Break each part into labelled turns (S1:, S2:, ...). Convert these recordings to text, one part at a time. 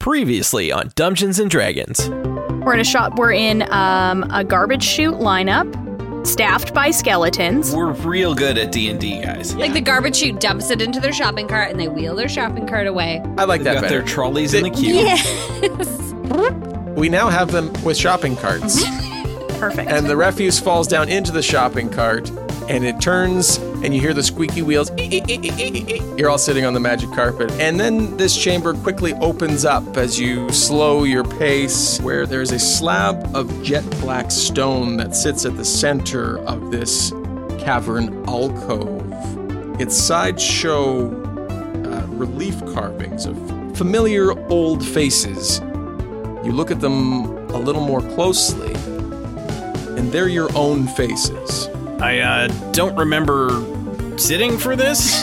S1: Previously on Dungeons and Dragons.
S2: We're in a shop. We're in um, a garbage chute lineup, staffed by skeletons.
S1: We're real good at D and D, guys.
S3: Like the garbage chute dumps it into their shopping cart and they wheel their shopping cart away.
S4: I like
S1: They've
S4: that
S1: got
S4: better.
S1: their trolleys in the queue.
S3: Yes.
S4: we now have them with shopping carts,
S2: Perfect.
S4: and the refuse falls down into the shopping cart, and it turns, and you hear the squeaky wheels. You're all sitting on the magic carpet, and then this chamber quickly opens up as you slow your pace, where there's a slab of jet black stone that sits at the center of this cavern alcove. Its sides show uh, relief carvings of familiar old faces. You look at them a little more closely, and they're your own faces.
S1: I uh, don't remember sitting for this,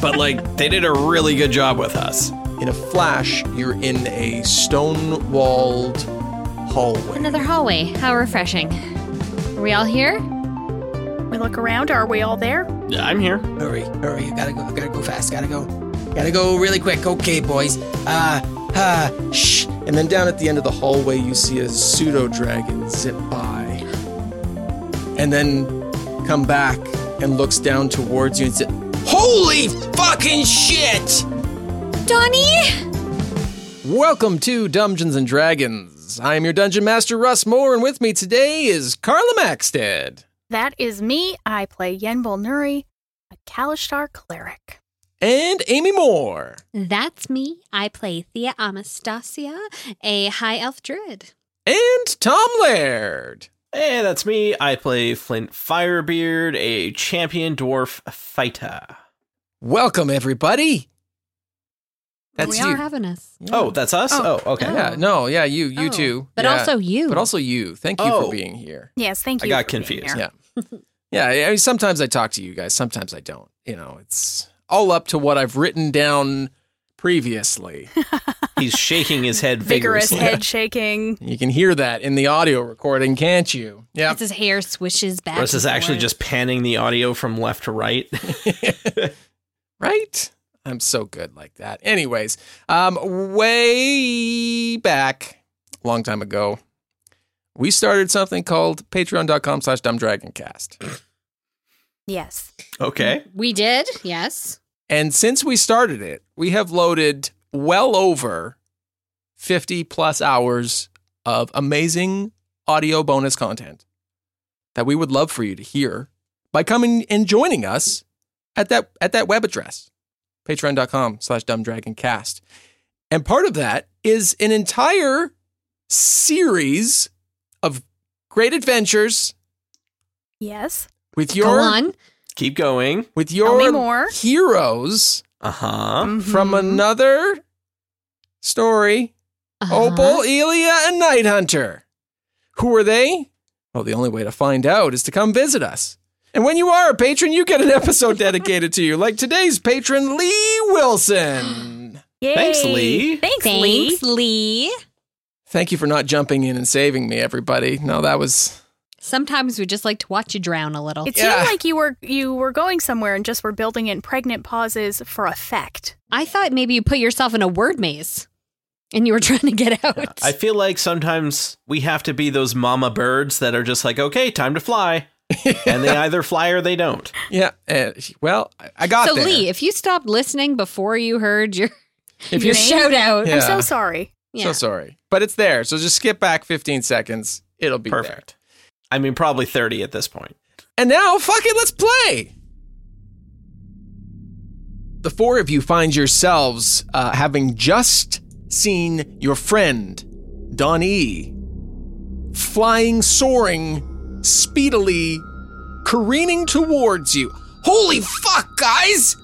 S1: but like they did a really good job with us.
S4: In a flash, you're in a stone walled hallway.
S3: Another hallway. How refreshing. Are we all here?
S2: we look around. Are we all there?
S1: Yeah, I'm here.
S5: Hurry, hurry, you gotta go, gotta go fast, gotta go. Gotta go really quick. Okay, boys. Uh, uh, shh.
S4: And then down at the end of the hallway, you see a pseudo dragon zip by. And then come back and looks down towards you and says,
S5: Holy fucking shit!
S3: Donnie!
S4: Welcome to Dungeons and Dragons. I am your dungeon master, Russ Moore, and with me today is Carla Maxted.
S6: That is me. I play Yenbul Nuri, a Kalishtar cleric.
S4: and Amy Moore.
S3: That's me. I play Thea Amastasia, a high elf druid.
S4: And Tom Laird.
S1: Hey, that's me. I play Flint Firebeard, a champion dwarf fighter.
S4: Welcome, everybody. That's
S3: we
S4: you.
S3: are having us.
S1: Oh, that's us. Oh, okay.
S4: yeah, no, yeah, you, you
S3: Oh.
S4: too.
S3: But
S4: Yeah.
S3: also you.
S4: But also you. Thank you
S1: Oh.
S4: for being here.
S6: Yes, thank
S1: I
S6: you.
S1: got
S6: for being
S1: confused.
S6: here.
S4: Yeah. Yeah, I I mean, sometimes I talk to you guys, sometimes I don't. You know, it's all up to what I've written down previously.
S1: He's shaking his head
S2: Vigorous
S1: vigorously.
S2: head shaking.
S4: you can hear that in the audio recording, can't you? Yeah.
S3: As his hair swishes back.
S1: Russ is
S3: and
S1: actually
S3: forth.
S1: just panning the audio from left to right.
S4: Right? I'm so good like that. Anyways, um, way back, long time ago, we started something called patreon.com slash dumbdragoncast.
S6: Yes.
S1: okay.
S3: We did, yes.
S4: And since we started it, we have loaded well over 50 plus hours of amazing audio bonus content that we would love for you to hear by coming and joining us at that at that web address patreon.com slash dumbdragoncast and part of that is an entire series of great adventures
S6: Yes.
S4: with
S3: Go
S4: your
S3: on.
S1: Keep going.
S4: with
S2: me
S4: your
S2: more.
S4: heroes
S1: Uh huh.
S4: from
S3: Mm-hmm.
S4: another story
S3: Uh-huh.
S4: Opal, Elia, and Night Hunter. Who are they? Well, the only way to find out is to come visit us. And when you are a patron, you get an episode dedicated to you, like today's patron, Lee Wilson.
S6: Yay.
S1: Thanks, Lee.
S6: Thanks, Lee.
S3: Thanks, Lee.
S4: Thank you for not jumping in and saving me, everybody. No, that was.
S3: Sometimes we just like to watch you drown a little.
S2: It
S4: Yeah.
S2: seemed like you were you were going somewhere and just were building in pregnant pauses for effect.
S3: I thought maybe you put yourself in a word maze and you were trying to get out.
S1: I feel like sometimes we have to be those mama birds that are just like, okay, time to fly. and they either fly or they don't.
S7: Yeah.
S4: eh,
S7: Uh, well, I- I got
S3: So
S7: there.
S3: Lee, if you stopped listening before you heard your
S7: If you're-
S3: your shout out,
S7: Yeah.
S8: I'm so sorry.
S3: yeah.
S7: So sorry, but it's there. So just skip back 15 seconds. It'll be Perfect.
S1: Perfect. I mean, probably 30 at this point.
S7: And now, fuck it, let's play. The four of you find yourselves uh, having just seen your friend, Don E, flying, soaring, speedily, careening towards you. Holy fuck, guys!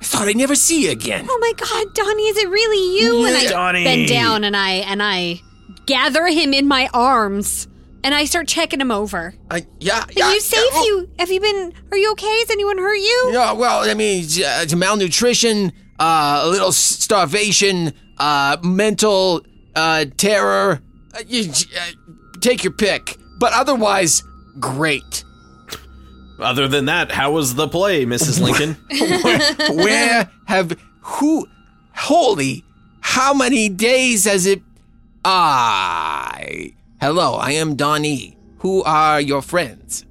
S7: I thought I'd never see you again.
S3: oh my God, Donnie, is it really you? And I
S1: Donnie.
S3: bend down and I and I gather him in my arms and I start checking him over.
S7: I, yeah,
S3: Are you safe?
S4: Oh.
S3: You have you been? Are you okay? Has anyone hurt you?
S7: Yeah, well, I mean, uh, malnutrition, uh, a little starvation, uh, mental uh, terror. Uh, you, uh, take your pick. But otherwise, great.
S1: Other than that, how was the play, Mrs. Lincoln?
S7: Where have who? Holy, how many days has it? I. Hello, I am Donnie. Who are your friends?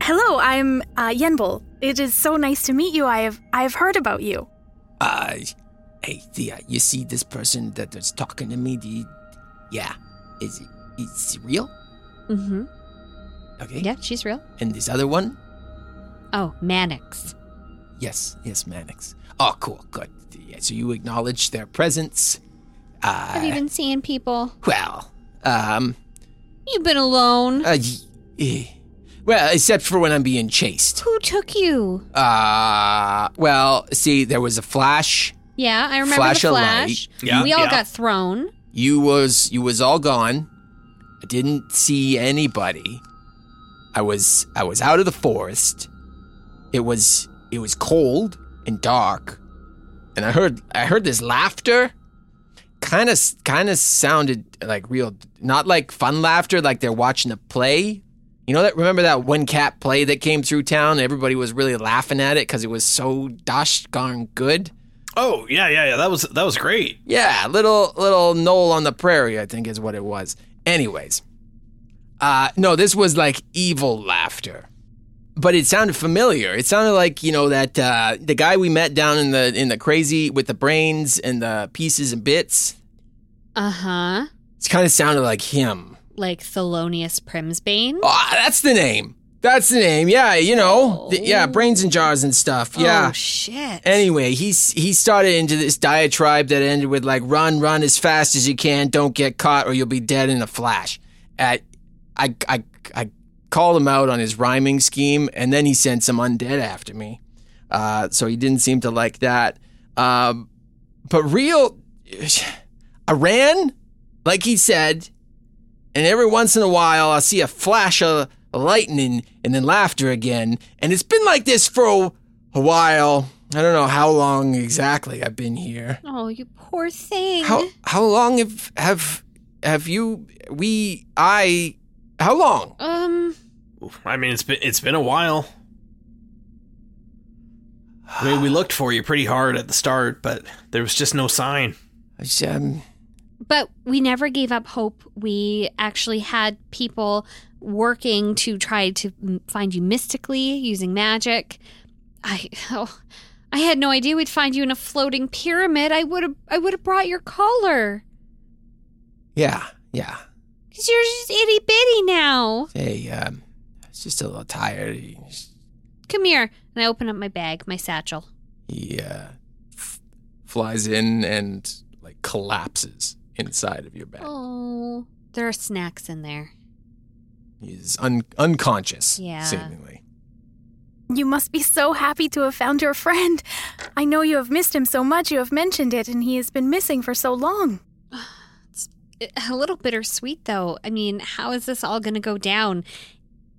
S6: Hello, I'm uh, Yenbul. It is so nice to meet you. I have I have heard about you.
S4: Uh, hey, Thea, you see this person that is talking to me? Do you, yeah, is it, is it real?
S3: Mm-hmm.
S4: Okay.
S3: Yeah, she's real.
S4: And this other one?
S3: Oh, Mannix.
S4: Yes, yes, Mannix. Oh, cool, good. Yeah, so you acknowledge their presence. Uh,
S3: Have you been seeing people?
S4: Well, um,
S3: You've been alone.
S4: uh, y- eh. well, except for when I'm being chased.
S3: Who took you?
S4: Uh, well, see, there was a flash.
S3: Yeah, I remember
S4: Flash
S3: the
S4: a
S3: flash.
S1: light. Yeah,
S3: we all
S1: yeah.
S3: got thrown.
S4: You was you was all gone. I didn't see anybody. I was I was out of the forest. It was it was cold and dark. And I heard I heard this laughter. Kind of kind of sounded like real not like fun laughter like they're watching a play. You know that remember that one cat play that came through town? Everybody was really laughing at it cuz it was so dosh darn good.
S1: oh, yeah, yeah, yeah. That was that was great.
S4: Yeah, little little knoll on the prairie, I think is what it was. Anyways, uh, no, this was like evil laughter, but it sounded familiar. It sounded like you know that uh, the guy we met down in the in the crazy with the brains and the pieces and bits.
S3: Uh huh.
S4: It kind of sounded like him.
S3: Like Thelonious Primsbane.
S4: Oh, that's the name. That's the name. Yeah, you know, th- yeah, brains and jars and stuff. Yeah.
S3: Oh shit.
S4: Anyway, he's he started into this diatribe that ended with like run, run as fast as you can, don't get caught or you'll be dead in a flash. At I I I called him out on his rhyming scheme and then he sent some undead after me. Uh, so he didn't seem to like that. Um, but real I ran like he said and every once in a while I see a flash of lightning and then laughter again. And it's been like this for a, a while. I don't know how long exactly I've been here.
S3: oh, you poor thing.
S4: How how long have have have you we I how long?
S3: um.
S1: I mean, it's been it's been a while. I mean, we looked for you pretty hard at the start, but there was just no sign.
S4: It's, Um,
S3: But we never gave up hope. We actually had people working to try to m- find you mystically using magic. I oh, I had no idea we'd find you in a floating pyramid. I would have I would have brought your collar
S4: yeah, yeah.
S3: because you're just itty bitty now.
S4: Hey, um, I was just a little tired.
S3: Come here, and I open up my bag, my satchel.
S4: He uh, f- flies in and like collapses inside of your bag.
S3: Oh, there are snacks in there.
S4: He's un- unconscious,
S3: Yeah.
S4: seemingly.
S6: You must be so happy to have found your friend. I know you have missed him so much. You have mentioned it, and he has been missing for so long.
S3: It- Eh, a little bittersweet though i mean how is this all gonna go down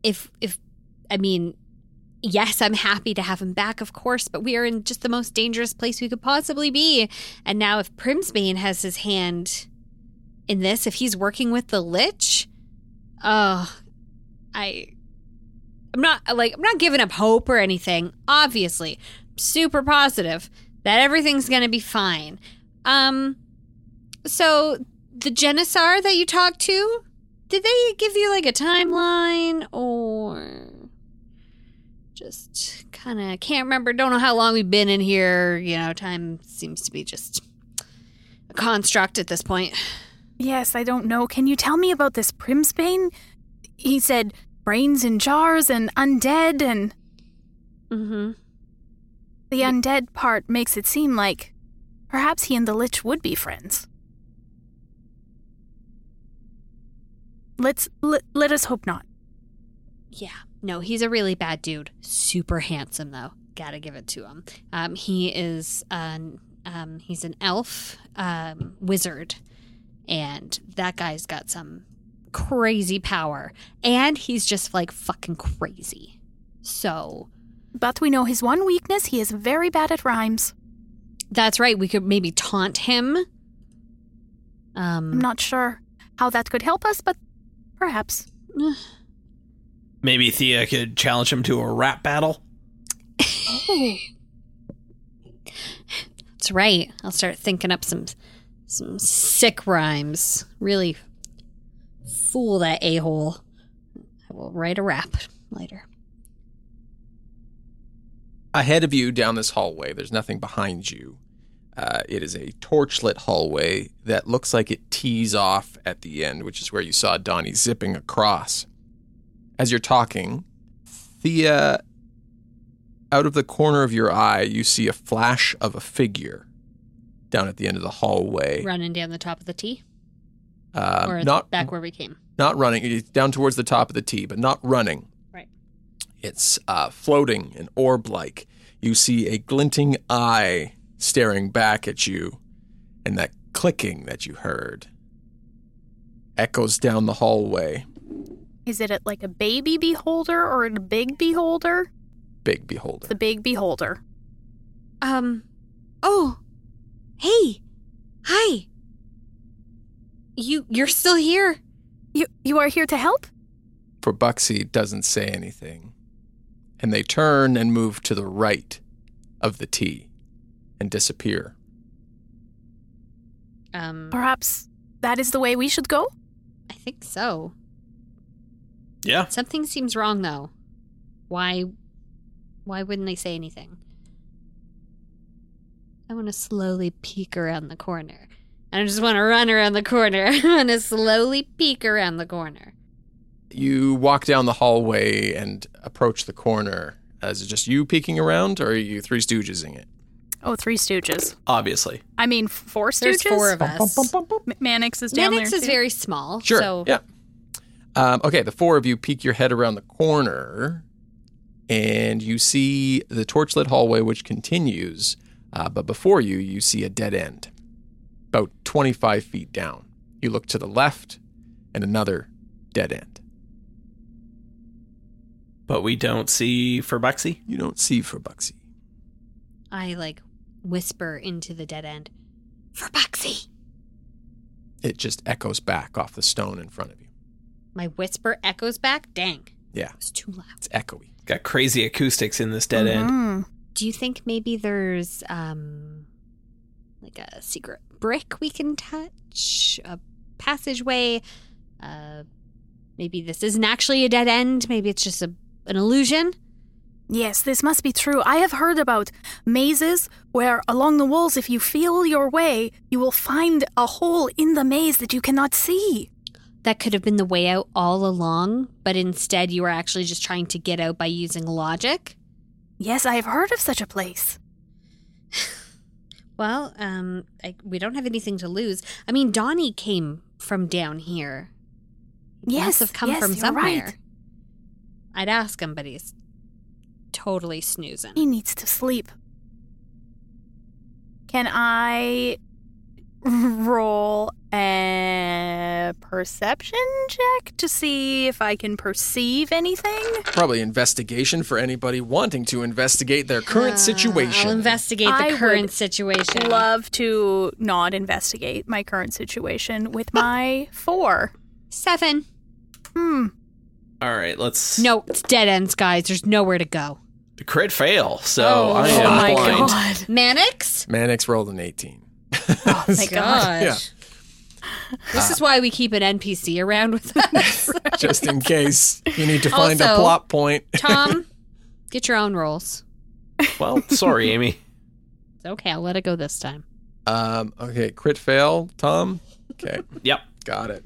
S3: if if i mean yes i'm happy to have him back of course but we are in just the most dangerous place we could possibly be and now if primsbane has his hand in this if he's working with the lich oh i i'm not like i'm not giving up hope or anything obviously super positive that everything's gonna be fine um so the Genisar that you talked to, Did they give you like a timeline or just kind of can't remember? Don't know how long we've been in here. You know, time seems to be just a construct at this point.
S6: Yes, I don't know. Can you tell me about this Primsbane? He said brains in jars and undead, and
S3: Mm-hmm.
S6: the undead part makes it seem like perhaps he and the Lich would be friends. Let's let, let us hope not.
S3: Yeah. No, he's a really bad dude. Super handsome though. Gotta give it to him. Um, he is an um, he's an elf um, wizard, and that guy's got some crazy power, and he's just like fucking crazy. So
S6: But we know his one weakness, he is very bad at rhymes.
S3: that's right. We could maybe taunt him.
S6: I'm
S3: Um,
S6: not sure how that could help us, but perhaps.
S1: Maybe Thea could challenge him to a rap battle.
S3: that's right. I'll start thinking up some some sick rhymes. Really fool that a hole. I will write a rap later.
S4: ahead of you down this hallway. There's nothing behind you. Uh, it is a torchlit hallway that looks like it tees off at the end, which is where you saw Donnie zipping across. As you're talking, Thea, out of the corner of your eye, you see a flash of a figure down at the end of the hallway.
S3: running down the top of the T,
S4: Uh,
S3: or
S4: not
S3: back where we came.
S4: not running. It's down towards the top of the T, but not running.
S3: Right.
S4: It's uh, floating and orb like. You see a glinting eye staring back at you, and that clicking that you heard echoes down the hallway.
S6: Is it at like a baby beholder or a big beholder?
S4: Big beholder.
S6: The big beholder.
S3: Um. Oh. Hey. Hi. You you're still here.
S6: You you are here to help?
S4: For Buxy doesn't say anything, and they turn and move to the right of the T and disappear.
S3: Um.
S6: Perhaps that is the way we should go?
S3: I think so.
S1: Yeah.
S3: Something seems wrong though. Why? Why wouldn't they say anything? I want to slowly peek around the corner. I just want to run around the corner. I want to slowly peek around the corner.
S4: you walk down the hallway and approach the corner. Uh, Is it just you peeking around, or are you Three Stoogesing it?
S6: Oh, three stooges.
S1: Obviously.
S6: I mean, four stooges?
S3: There's four of us.
S6: M- Mannix is down
S3: Manix
S6: there.
S3: is
S6: too.
S3: very small.
S4: Sure.
S3: So
S4: Yeah. Um, okay, the four of you peek your head around the corner, and you see the torchlit hallway, which continues. Uh, but before you, you see a dead end, about 25 feet down. You look to the left, and another dead end.
S1: But we don't see for Buxy.
S4: You don't see for Buxy.
S3: I like whisper into the dead end for Buxy.
S4: It just echoes back off the stone in front of you.
S3: My whisper echoes back. Dang,
S4: Yeah,
S3: it was too loud.
S4: it's echoey.
S1: Got crazy acoustics in this dead end.
S6: Mhm.
S3: Do you think maybe there's um like a secret brick we can touch, a passageway? Uh, maybe this isn't actually a dead end. Maybe it's just a an illusion.
S6: Yes, this must be true. I have heard about mazes where along the walls, if you feel your way, you will find a hole in the maze that you cannot see.
S3: That could have been the way out all along, but instead you were actually just trying to get out by using logic.
S6: Yes, I have heard of such a place.
S3: Well, um, I, we don't have anything to lose. I mean, Donnie came from down here. He
S6: Yes,
S3: must have come
S6: yes,
S3: from
S6: you're
S3: somewhere.
S6: right.
S3: I'd ask him, but he's totally snoozing.
S6: He needs to sleep. Can I roll a perception check to see if I can perceive anything?
S4: Probably investigation for anybody wanting to investigate their current
S3: Uh,
S4: situation.
S3: I'll investigate the
S6: I would
S3: current situation.
S6: Love to not investigate my current situation with my four.
S3: Seven.
S6: Hmm.
S1: All right, let's.
S3: No, it's dead ends, guys. There's nowhere to go.
S1: Crit fail. So
S3: Oh,
S1: I
S6: oh
S1: am
S6: my
S1: blind.
S6: god.
S3: Manix?
S4: Mannix rolled an 18.
S6: Oh my god.
S4: Yeah.
S3: This is why we keep an NPC around with us.
S4: just in case you need to find a
S3: Also-
S4: plot point.
S3: Tom, get your own rolls.
S1: Well, sorry, Amy.
S3: It's okay. I'll let it go this time.
S4: Um, okay, crit fail, Tom. Okay.
S1: Yep.
S4: Got it.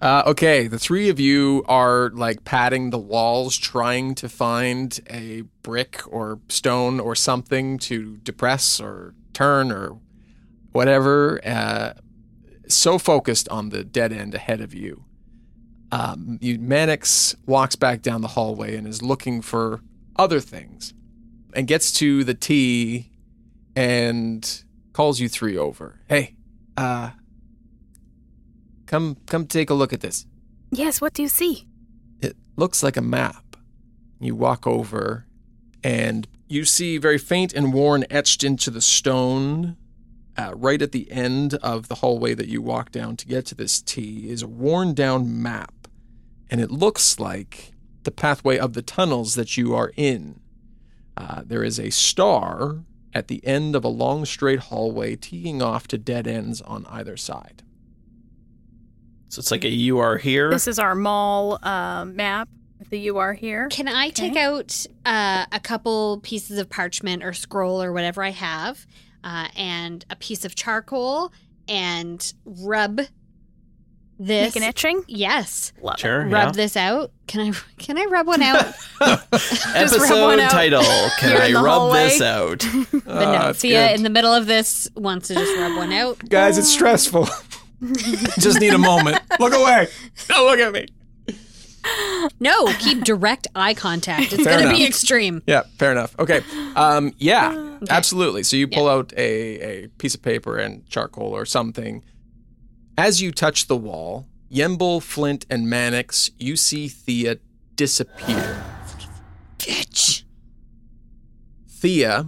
S4: Uh, okay, the three of you are like patting the walls, trying to find a brick or stone or something to depress or turn or whatever. Uh, so focused on the dead end ahead of you. Um, you Mannix walks back down the hallway and is looking for other things and gets to the T and calls you three over. Hey, uh, Come come take a look at this.
S6: Yes, what do you see?
S4: It looks like a map. You walk over and you see very faint and worn etched into the stone uh, right at the end of the hallway that you walk down to get to this T is a worn down map and it looks like the pathway of the tunnels that you are in. Uh, there is a star at the end of a long straight hallway teeing off to dead ends on either side.
S1: So it's like a you are here.
S2: This is our mall uh,
S8: um,
S2: map. The you are here.
S3: Can I take out uh, a couple pieces of parchment or scroll or whatever I have, uh, and a piece of charcoal, and rub this?
S2: Make an etching.
S3: yes,
S2: Love it.
S1: sure.
S3: uh, rub
S1: yeah.
S3: this out. Can I? Can I rub one out?
S2: rub
S1: Episode
S2: one out
S1: title. Can
S2: here
S1: I
S2: in the
S1: rub
S2: hallway.
S1: this out?
S4: Oh,
S3: But no,
S4: Ah,
S3: Thea in the middle of this wants to just rub one out.
S4: Guys, it's stressful. Just need a moment. Look away. Don't look at me.
S3: No, keep direct eye contact. It's
S4: Fair
S3: going to be
S4: enough.
S3: extreme.
S4: Yeah, fair enough. Okay. Um, yeah, absolutely. So you pull out a, a piece of paper and charcoal or something. As you touch the wall, Yemble, Flint, and Mannix, you see Thea disappear.
S3: Bitch.
S4: Thea,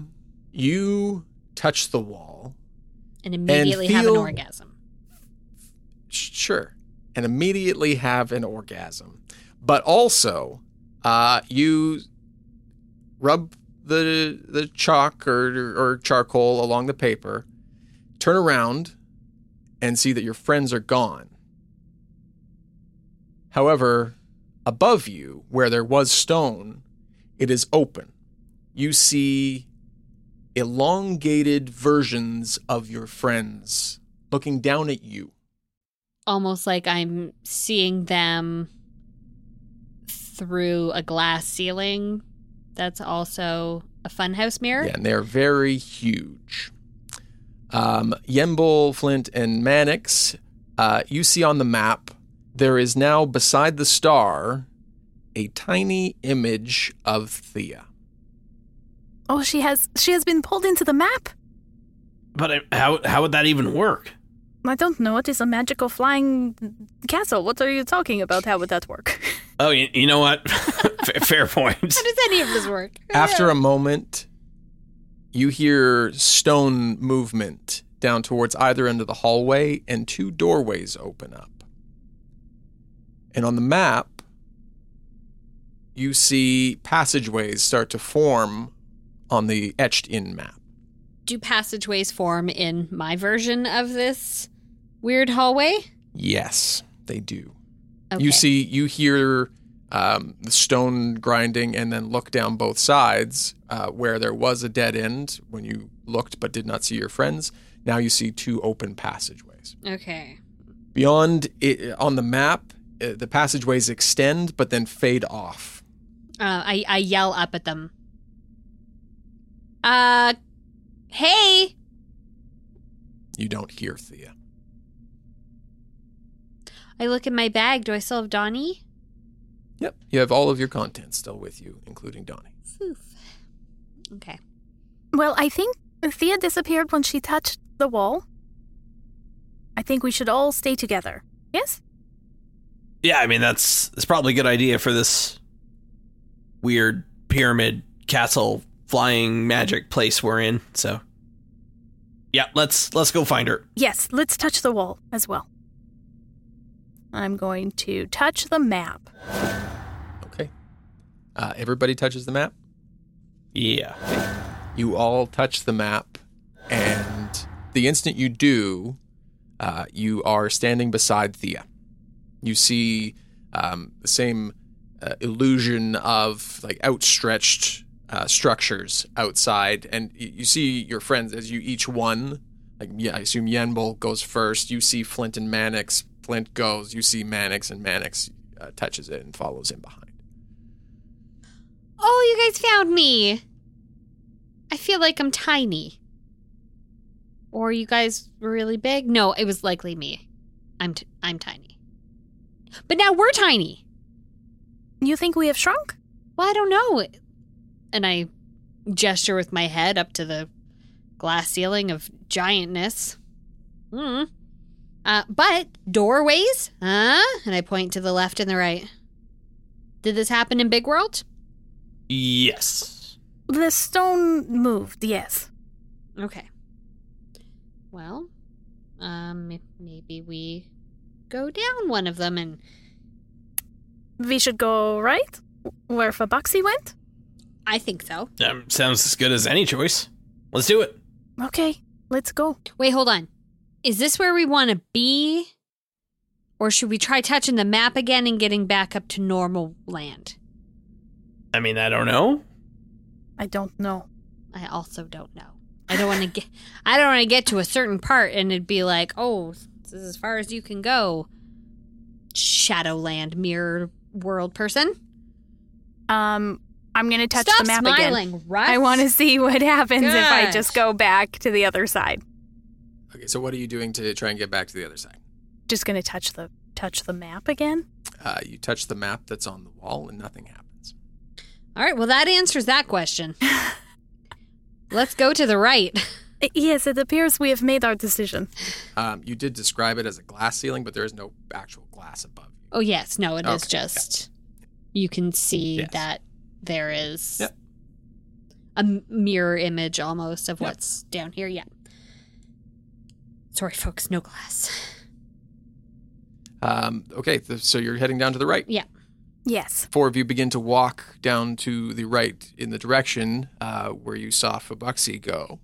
S4: you touch the wall.
S3: And immediately have an
S4: feel-
S3: orgasm.
S4: Sh- sure, and immediately have an orgasm. But also, uh, you rub the the chalk or or charcoal along the paper, turn around, and see that your friends are gone. However, above you, where there was stone, it is open. You see elongated versions of your friends looking down at you.
S3: Almost like I'm seeing them through a glass ceiling that's also a funhouse mirror.
S4: Yeah, and they're very huge. Um, Yemble, Flint, and Mannix, uh, you see on the map, there is now beside the star a tiny image of Thea.
S6: Oh, she has she has been pulled into the map.
S1: But I- how how would that even work?
S2: I don't know. It is a magical flying castle. What are you talking about? How would that work?
S1: Oh, you, you know what? F- Fair point.
S3: How does any of this work?
S4: After a moment, you hear stone movement down towards either end of the hallway, and two doorways open up. And on the map, you see passageways start to form on the etched in map.
S3: Do passageways form in my version of this weird hallway?
S4: Yes, they do.
S3: Okay.
S4: You see, you hear um, the stone grinding, and then look down both sides uh, where there was a dead end when you looked but did not see your friends. Now you see two open passageways.
S3: Okay.
S4: Beyond it, on the map, uh, the passageways extend but then fade off.
S3: Uh, I, I yell up at them. Uh, hey,
S4: You don't hear Thea.
S3: I look in my bag. Do I still have Donnie?
S4: Yep. You have all of your content still with you, including Donnie.
S3: Okay.
S6: Well, I think Thea disappeared when she touched the wall. I think we should all stay together. Yes?
S1: Yeah, I mean that's that's probably a good idea for this weird pyramid castle flying magic place we're in. So Yeah, let's let's go find her.
S6: Yes, let's touch the wall as well. I'm going to touch the map.
S4: Okay. Uh, everybody touches the map.
S1: Yeah.
S4: You all touch the map, and the instant you do, Uh, you are standing beside Thea. You see um, the same uh, illusion of like outstretched uh, structures outside, and y- you see your friends as you each one. Like yeah, I assume Yenbol goes first. You see Flint and Mannix. Flint goes. You see Mannix, and Mannix uh, touches it and follows him behind.
S3: Oh, you guys found me. I feel like I'm tiny. Or you guys were really big? No, it was likely me. I'm t- I'm tiny. But now we're tiny.
S6: You think we have shrunk?
S3: Well, I don't know. And I gesture with my head up to the glass ceiling of giantness. Hmm. Uh, but doorways, huh? And I point to the left and the right. Did this happen in Big World?
S1: Yes.
S8: The stone moved, yes.
S3: Okay. Well, um, m- maybe we go down one of them and
S8: We should go right, where Faboxi went.
S3: I think so.
S1: Um, sounds as good as any choice. Let's do it.
S8: Okay, let's go.
S3: Wait, hold on. Is this where we want to be? Or should we try touching the map again and getting back up to normal land?
S1: I mean, I don't know.
S8: I don't know.
S3: I also don't know. I don't want to get I don't want to get to a certain part and it'd be like, "Oh, this is as far as you can go." Shadowland mirror world person.
S8: Um, I'm gonna touch
S3: Stop
S8: the map
S3: smiling,
S8: again.
S3: Russ.
S8: I want to see what happens if I
S3: Gosh.
S8: just go back to the other side.
S4: Okay, so what are you doing to try and get back to the other side?
S8: Just gonna touch the touch the map again.
S4: Uh, you touch the map that's on the wall, and nothing happens.
S3: All right, well, that answers that question. Let's go to the right.
S8: I- yes, it appears we have made our decision.
S4: Um, you did describe it as a glass ceiling, but there is no actual glass above you.
S3: Oh, yes. No, it is
S4: Okay, yeah.
S3: just you can see
S4: Yes.
S3: that there is
S4: Yep.
S3: a m- mirror image almost of
S4: Yep.
S3: what's down here. Yeah. Sorry, folks, no glass.
S4: Um, okay, th- so you're heading down to the right.
S3: Yeah.
S8: Yes.
S4: Four of you begin to walk down to the right in the direction uh, where you saw Fabuxi go.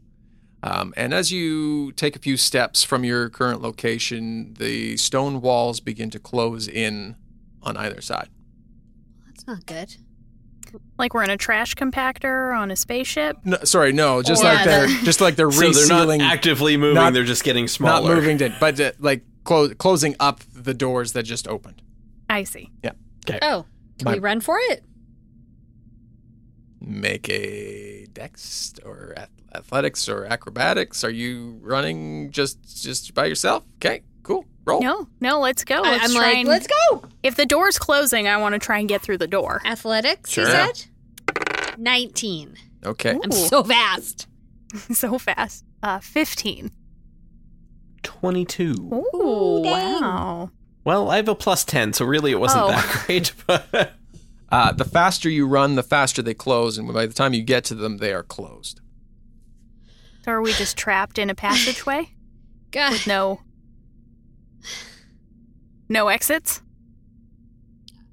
S4: Um, and as you take a few steps from your current location, the stone walls begin to close in on either side.
S3: That's not good.
S8: Like we're in a trash compactor on a spaceship.
S4: No, sorry, no, just
S3: Or-
S4: like they're just like they're
S1: So they're not
S4: resealing
S1: actively moving;
S4: not-
S1: they're just getting smaller.
S4: Not moving it, but uh, like clo- closing up the doors that just opened.
S8: I see.
S3: Oh, can
S4: My-
S3: we run for it?
S4: Make a dex or ath- athletics or acrobatics. Are you running just just by yourself? Okay, cool. Roll.
S8: No, no, let's go.
S3: I-
S8: Oh, Let's
S3: I'm
S8: try
S3: like,
S8: and-
S3: let's go.
S8: If the door's closing, I want to try and get through the door.
S3: Athletics, you
S1: Sure.
S3: said? 19.
S4: Okay.
S3: I'm
S8: Ooh.
S3: so fast.
S8: so fast. Uh, 15.
S1: Twenty-two.
S8: Ooh,
S3: dang.
S8: wow.
S1: Well, I have a plus ten, so really it wasn't
S8: Oh.
S1: that great. But
S4: Uh, the faster you run, the faster they close, and by the time you get to them, they are closed.
S8: So are we just trapped in a passageway
S3: God.
S8: with no no exits?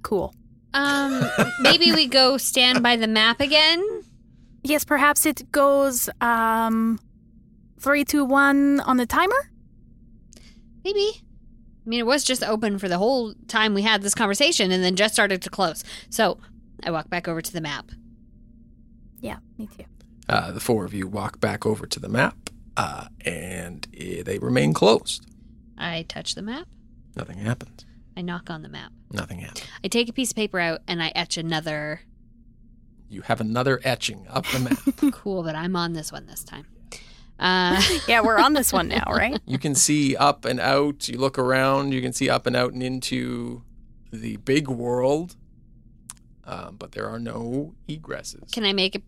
S8: Cool.
S3: Um, maybe we go stand by the map again.
S8: Yes, perhaps it goes um three, two, one on the timer.
S3: Maybe. I mean, it was just open for the whole time we had this conversation and then just started to close. So I walk back over to the map.
S8: Yeah, me too.
S4: Uh, the four of you walk back over to the map, uh, and eh, they remain closed.
S3: I touch the map.
S4: Nothing happens.
S3: I knock on the map.
S4: Nothing happens.
S3: I take a piece of paper out and I etch another.
S4: You have another etching of the map.
S3: cool, but I'm on this one this time. Uh,
S8: Yeah, we're on this one now, right?
S4: you can see up and out. You look around. You can see up and out and into the big world. Um, but there are no egresses.
S3: can I make a,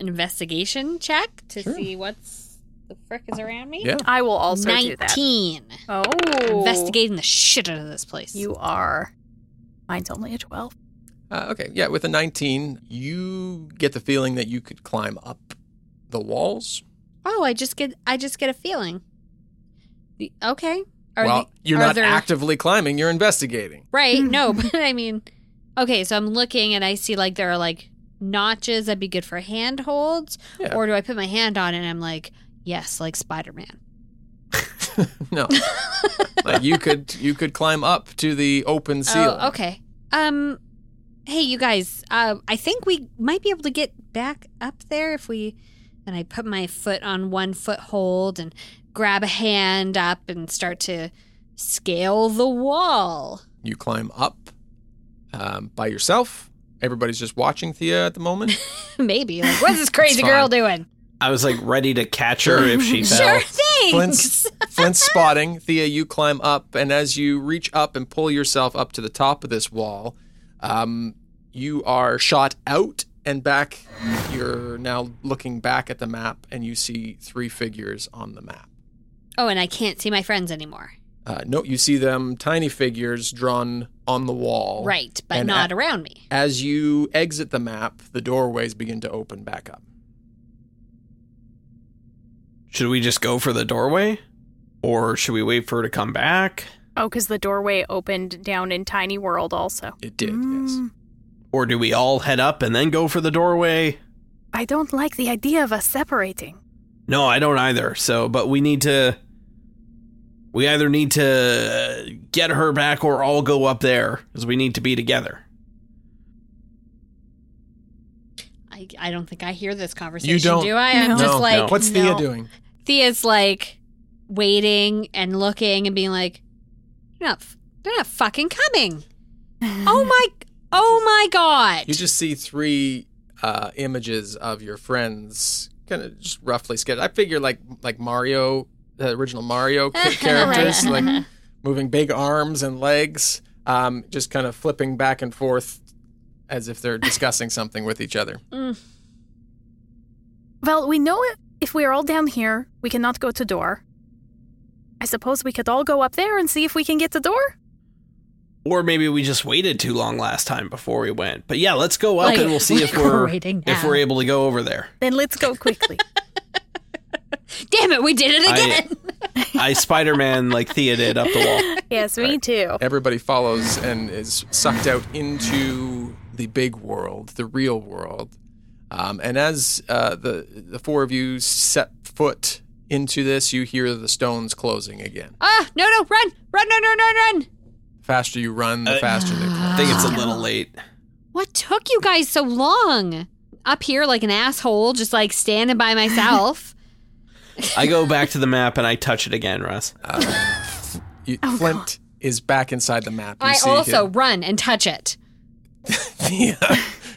S3: an investigation check to
S4: Sure.
S3: see what's the frick is around me?
S4: yeah.
S8: I will also do that.
S3: 19.
S8: Oh,
S3: Investigating the shit out of this place.
S8: You are. Mine's only a twelve.
S4: Uh, okay. Yeah. With a 19, you get the feeling that you could climb up the walls.
S3: Oh, I just get I just get a feeling. The- Okay. Are
S4: well,
S3: the-
S4: you're
S3: are
S4: not
S3: there-
S4: actively climbing. You're investigating.
S3: Right. No, but I mean, okay. So I'm looking and I see like there are like notches that'd be good for handholds,
S4: Yeah.
S3: or do I put my hand on it and I'm like, yes, like Spider Man.
S4: no. like you could you could climb up to the open ceiling.
S3: Oh, okay. Um, hey, you guys. Uh, I think we might be able to get back up there if we. And I put my foot on one foothold and grab a hand up and start to scale the wall.
S4: You climb up um, by yourself. Everybody's just watching Thea at the moment.
S3: Maybe. Like, what's this crazy girl doing?
S1: I was like ready to catch her if she fell.
S3: Sure thing.
S4: Flint's, Flint's spotting. Thea, you climb up, and as you reach up and pull yourself up to the top of this wall, um, you are shot out and back. You're now looking back at the map, and you see three figures on the map.
S3: Oh, and I can't see my friends anymore.
S4: Uh, no, you see them tiny figures drawn on the wall.
S3: Right, but
S4: And
S3: not
S4: a-
S3: around me.
S4: As you exit the map, the doorways begin to open back up.
S1: Should we just go for the doorway? Or should we wait for her to come back?
S8: Oh, because the doorway opened down in Tiny World also.
S4: It did, yes.
S8: Mm,
S1: Or do we all head up and then go for the doorway?
S8: I don't like the idea of us separating.
S1: No, I don't either. So, but we need to. We either need to get her back or all go up there because we need to be together.
S3: I, I don't think I hear this conversation.
S4: don't.
S3: Do I? I'm
S8: No.
S3: just
S4: No.
S3: like,
S4: What's
S3: no.
S4: Thea doing?
S3: Thea's like waiting and looking and being like, "They're not, they're not fucking coming." oh my, oh my god!
S4: You just see three uh, images of your friends, kind of just roughly sketched. I figure like like Mario, the original Mario ca- characters, like moving big arms and legs, um, just kind of flipping back and forth as if they're discussing something with each other.
S8: Well, we know it. If we are all down here, we cannot go to door. I suppose we could all go up there and see if we can get to door.
S1: Or maybe we just waited too long last time before we went. But yeah, let's go up
S3: Like,
S1: and we'll see if
S3: we're
S1: we're
S3: waiting
S1: if
S3: now.
S1: we're able to go over there.
S8: Then let's go quickly.
S3: Damn it, we did it
S1: I-
S3: again.
S1: I Spider Man like Thea did up the wall.
S8: yes, me too.
S4: Everybody follows and is sucked out into the big world, the real world. Um, and as uh, the the four of you set foot into this, you hear the stones closing again.
S3: Ah, no, no, run, run, run, run, run, run!
S4: faster you run, the
S1: Uh,
S4: faster they
S1: I
S4: close.
S1: think
S3: Ah.
S1: it's a little late.
S3: What took you guys so long? Up here, like an asshole, just like standing by myself.
S1: I go back to the map and I touch it again, Russ.
S4: You- Flint is back inside the map.
S3: Oh,
S4: You
S3: I
S4: see
S3: also
S4: him.
S3: run and touch it.
S4: Yeah.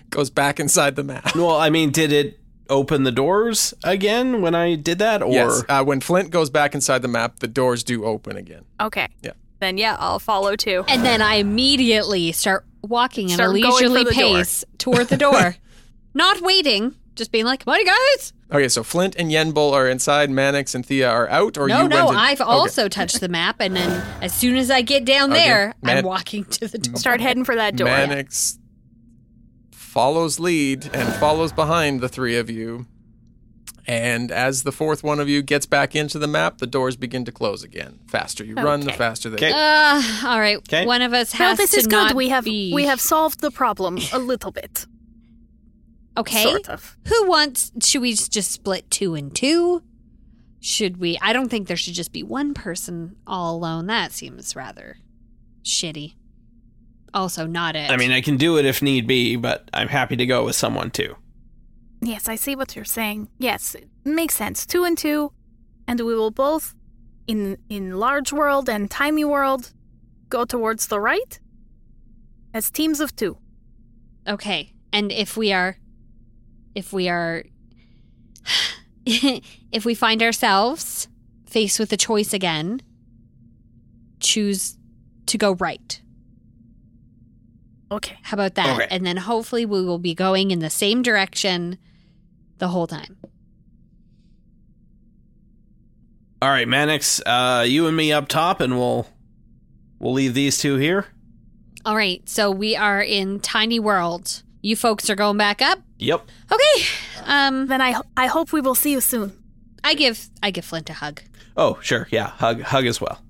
S4: goes back inside the map.
S1: Well, I mean, did it open the doors again when I did that? Or
S4: yes, uh, when Flint goes back inside the map, the doors do open again.
S8: Okay.
S4: Yeah.
S8: Then yeah, I'll follow too.
S3: And then I immediately start walking at a
S8: Start going for
S3: leisurely
S8: the door.
S3: pace toward the door, not waiting, just being like, "Come on, you guys!"
S4: Okay, so Flint and Yenbul are inside. Manix and Thea are out. Or
S3: no,
S4: you
S3: no,
S4: went in-
S3: I've
S4: Okay.
S3: also touched the map, and then as soon as I get down
S4: Okay.
S3: there,
S4: Man-
S3: I'm walking to the door.
S8: Start heading for that door.
S4: Mannix follows lead and follows behind the three of you. And as the fourth one of you gets back into the map, the doors begin to close again. Faster you run, the
S8: Okay.
S4: faster they.
S1: Okay.
S3: Uh, all right,
S1: Okay.
S3: one of us
S8: No,
S3: has
S8: this
S3: to
S8: is
S3: not
S8: good. We have
S3: be-
S8: we have solved the problem a little bit.
S3: okay.
S8: Sort of.
S3: Who wants? Should we just split two and two? Should we? I don't think there should just be one person all alone. That seems rather shitty. Also, not it.
S1: I mean, I can do it if need be, but I'm happy to go with someone too.
S8: Yes, I see what you're saying. Yes, it makes sense. Two and two, and we will both, in in large world and tiny world, go towards the right. As teams of two.
S3: Okay. And if we are if we are if we find ourselves faced with a choice again, choose to go right.
S8: Okay.
S3: How about that?
S1: Okay.
S3: And then hopefully we will be going in the same direction the whole time.
S1: All right, Mannix, uh, you and me up top, and we'll we'll leave these two here.
S3: All right. So we are in tiny world. You folks are going back up.
S1: Yep.
S3: Okay. Um
S8: Then I ho- I hope we will see you soon.
S3: I give I give Flint a hug.
S1: Oh, sure. Yeah. Hug, hug as well.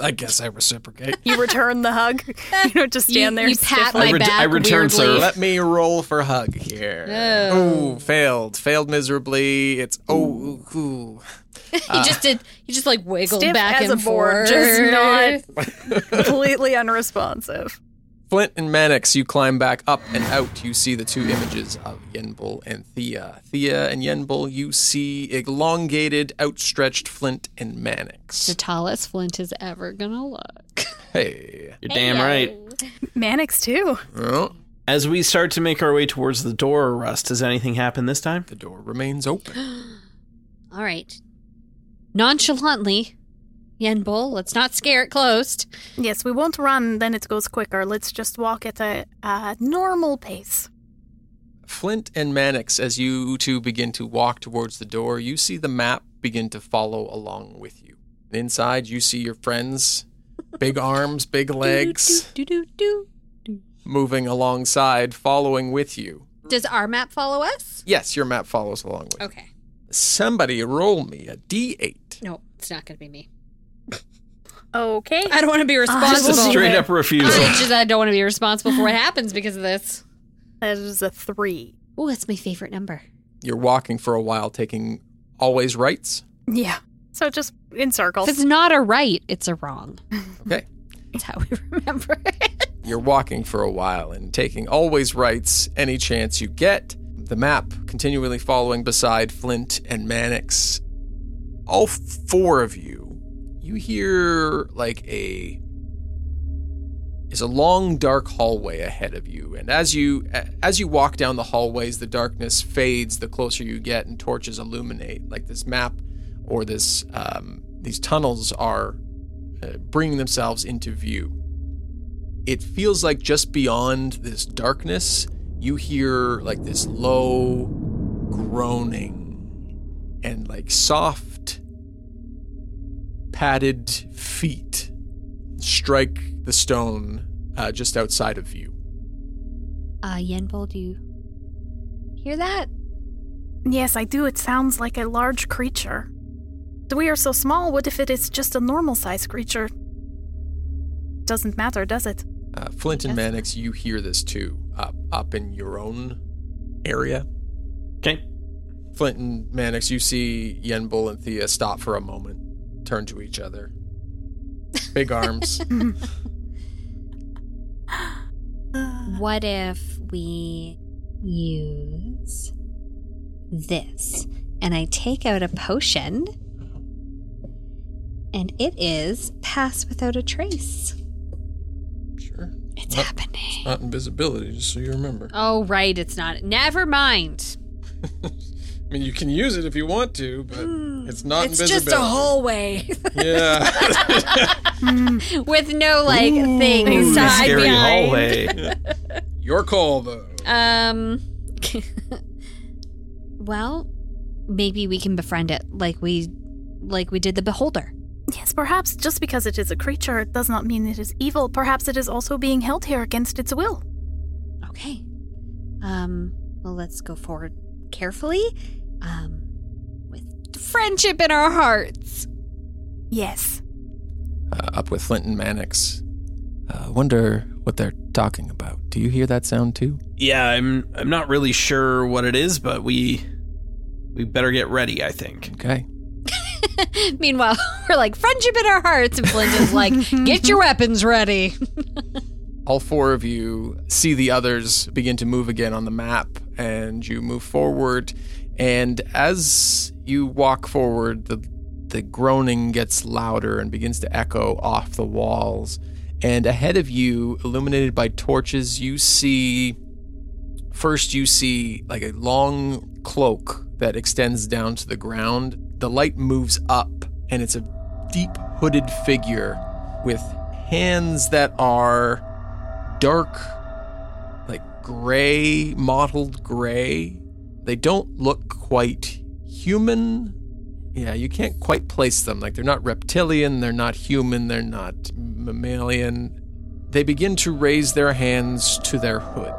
S5: I guess I reciprocate.
S8: You return the hug. You don't just stand
S3: You-
S8: there.
S3: you pat
S8: stiffly.
S3: my
S1: I, re-
S3: back
S1: I return,
S3: weirdly.
S1: sir.
S4: Let me roll for hug here. Ooh, failed. Failed miserably. It's oh, ooh, ooh.
S3: you just did. You just like wiggled
S8: Uh, Stiff
S3: back
S8: as
S3: and
S8: a board,
S3: forth.
S8: just not completely unresponsive.
S4: Flint and Mannix, you climb back up and out. You see the two images of Yenbul and Thea. Thea and Yenbul, you see elongated, outstretched Flint and
S3: the
S4: Mannix.
S3: tallest Flint is ever gonna look.
S4: Hey.
S1: You're damn right.
S8: Mannix too.
S4: Well,
S1: As we start to make our way towards the door, Rust, does anything happen this time?
S4: the door remains open.
S3: All right. Nonchalantly, Yenbol, let's not scare it closed.
S8: Yes, we won't run. Then it goes quicker. Let's just walk at a, a normal pace.
S4: Flint and Mannix, as you two begin to walk towards the door, you see the map begin to follow along with you. And inside, you see your friends, big arms, big legs,
S3: Do, do, do, do.
S4: moving alongside, following with you.
S3: Does our map follow us?
S4: Yes, your map follows along with you.
S3: Okay.
S4: Somebody roll me a d8.
S3: No, it's not going to be me.
S8: Okay.
S3: I don't want to be
S1: Just a
S3: responsible.
S1: straight up
S3: I
S1: refusal.
S3: just I don't want to be responsible for what happens because of this.
S8: That is a three.
S3: Oh, that's my favorite number.
S4: You're walking for a while, taking always rights.
S8: Yeah. So just in
S3: If
S8: circles.
S3: it's not a right, it's a wrong.
S4: Okay.
S3: That's how we remember it.
S4: You're walking for a while and taking always rights any chance you get. The map continually following beside Flint and Mannix. All four of you, you hear like a is a long dark hallway ahead of you and as you a- as you walk down the hallways the darkness fades the closer you get and torches illuminate like this map or this um, these tunnels are uh, bringing themselves into view it feels like just beyond this darkness, you hear like this low groaning and like soft padded feet strike the stone uh, just outside of you.
S3: Uh, Yenbol, do you hear that?
S8: yes, I do. It sounds like a large creature. We are so small. What if it is just a normal sized creature? Doesn't matter, does it?
S4: Uh, Flint and
S3: Yes.
S4: Mannix, you hear this too up, up in your own area.
S1: Okay.
S4: Flint and Mannix, you see Yenbul and Thea stop for a moment, turn to each other. Big arms.
S3: What if we use this? And I take out a potion, and it is Pass Without a Trace.
S4: Sure.
S3: It's
S4: What?
S3: happening.
S4: Not invisibility, just so you remember.
S3: Oh, right, it's not. Never mind.
S4: I mean, you can use it if you want to, but it's not
S3: Mm. it's
S4: invisibility.
S3: just a hallway
S4: Yeah.
S3: with no like thing
S1: Ooh,
S3: side
S1: scary
S3: behind.
S1: hallway.
S4: Your call, though.
S3: Um. well, maybe we can befriend it, like we, like we did the beholder.
S8: Yes, perhaps just because it is a creature it does not mean it is evil. Perhaps it is also being held here against its will.
S3: Okay. Um. Well, let's go forward carefully, um, with friendship in our hearts.
S8: Yes.
S4: Uh, up with Flint and Mannix. Uh, wonder what they're talking about. Do you hear that sound too?
S1: Yeah, I'm I'm not really sure what it is, but we we better get ready, I think.
S4: Okay.
S3: Meanwhile, we're like friendship in our hearts, and Flint is like, "Get your weapons ready."
S4: All four of you see the others begin to move again on the map, and you move forward. And as you walk forward, the the groaning gets louder and begins to echo off the walls. And ahead of you, illuminated by torches, you see First, you see like a long cloak that extends down to the ground. The light moves up, and it's a deep hooded figure with hands that are dark, like gray, mottled gray. They don't look quite human. Yeah, you can't quite place them. Like they're not reptilian, they're not human, they're not mammalian. They begin to raise their hands to their hood.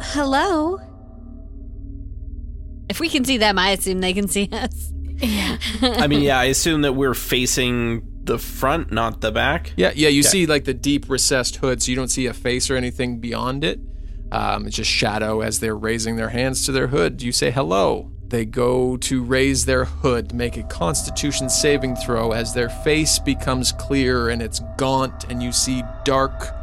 S3: Hello. If we can see them, I assume they can see us.
S1: I mean, yeah, I assume that we're facing the front, not the back.
S4: Yeah, yeah. You
S1: Okay.
S4: see like the deep recessed hood, so you don't see a face or anything beyond it. Um, it's just shadow as they're raising their hands to their hood. You say hello. They go to raise their hood, make a Constitution saving throw as their face becomes clear and it's gaunt, and you see dark,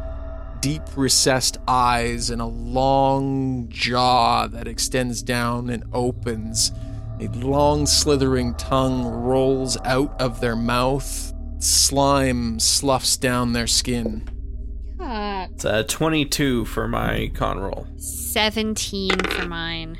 S4: deep recessed eyes and a long jaw that extends down and opens. A long slithering tongue rolls out of their mouth. Slime sloughs down their skin.
S3: Uh,
S1: It's a 22 for my con roll.
S3: 17 for mine,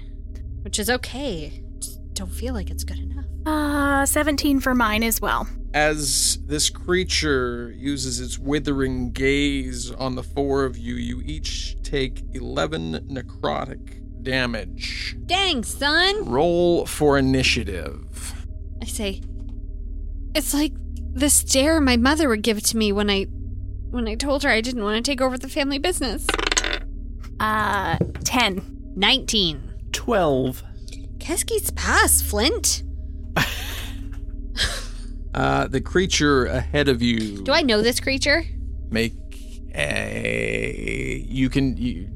S3: which is okay. Just don't feel like it's good enough.
S8: Uh, 17 for mine as well.
S4: As this creature uses its withering gaze on the four of you, you each take 11 necrotic damage.
S3: Dang, son!
S4: Roll for initiative.
S3: I say, it's like the stare my mother would give to me when I when I told her I didn't want to take over the family business.
S8: Uh, 10.
S3: 19.
S1: 12.
S3: Keski's pass, Flint.
S4: Uh, the creature ahead of you.
S3: Do I know this creature?
S4: make a you can you,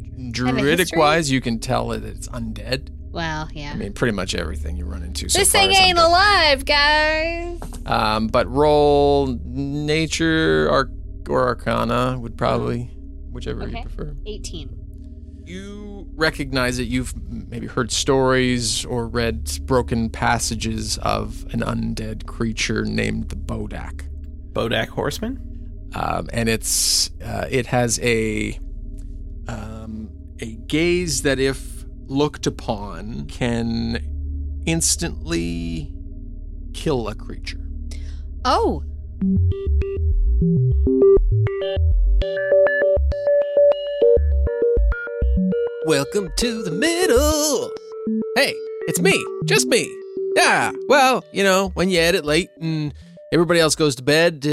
S3: Have a
S4: druidic
S3: history?
S4: wise you can tell that it's undead
S3: Well, yeah.
S4: i mean pretty much everything you run into so
S3: this
S4: far
S3: thing
S4: is
S3: ain't
S4: undead.
S3: alive, guys.
S4: um but roll nature arc or arcana would probably whichever you
S3: Okay.
S4: prefer
S3: 18.
S4: you recognize it you've maybe heard stories or read broken passages of an undead creature named the bodak
S1: Bodak Horseman?
S4: um, and it's uh, it has a um, a gaze that, if looked upon, can instantly kill a creature.
S3: Oh.
S5: Welcome to the middle. Hey, it's me, just me. Yeah. Well, you know, when you edit late and everybody else goes to bed,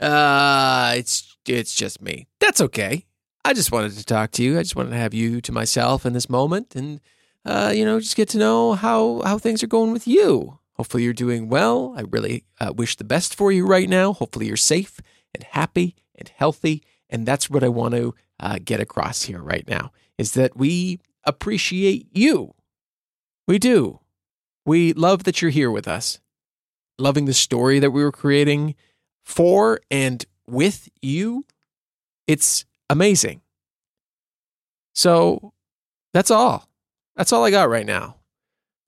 S5: uh, uh it's it's just me. That's okay. I just wanted to talk to you. I just wanted to have you to myself in this moment, and uh, you know, just get to know how how things are going with you. Hopefully, you're doing well. I really uh, wish the best for you right now. Hopefully, you're safe and happy and healthy, and that's what I want to uh, get across here right now is that we appreciate you. We do. We love that you're here with us, loving the story that we were creating for and with you. It's amazing. So that's all. That's all I got right now.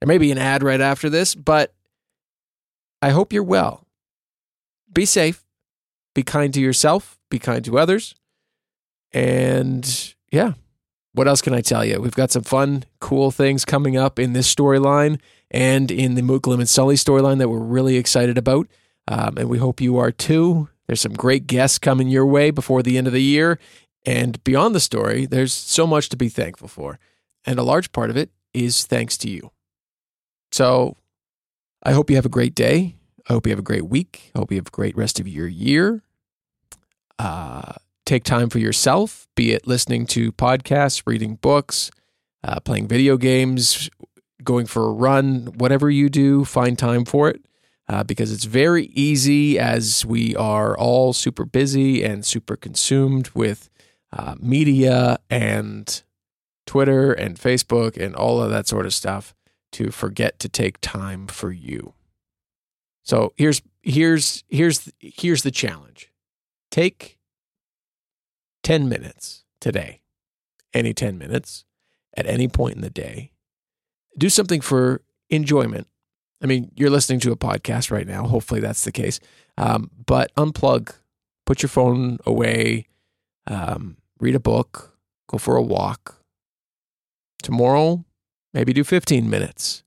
S5: There may be an ad right after this, but I hope you're well. Be safe. Be kind to yourself. Be kind to others. And yeah what else can I tell you? We've got some fun, cool things coming up in this storyline and in the Mooglim and Sully storyline that we're really excited about. Um, and we hope you are too. There's some great guests coming your way before the end of the year. And beyond the story, there's so much to be thankful for. And a large part of it is thanks to you. So I hope you have a great day. I hope you have a great week. I hope you have a great rest of your year. Uh, take time for yourself, be it listening to podcasts, reading books, uh, playing video games, going for a run, whatever you do, find time for it uh, because it's very easy as we are all super busy and super consumed with uh, media and Twitter and Facebook and all of that sort of stuff to forget to take time for you. So here's here's here's here's the challenge. Take 10 minutes today, any 10 minutes at any point in the day. Do something for enjoyment. I mean, you're listening to a podcast right now. Hopefully that's the case. Um, but unplug, put your phone away, um, read a book, go for a walk. Tomorrow, maybe do 15 minutes.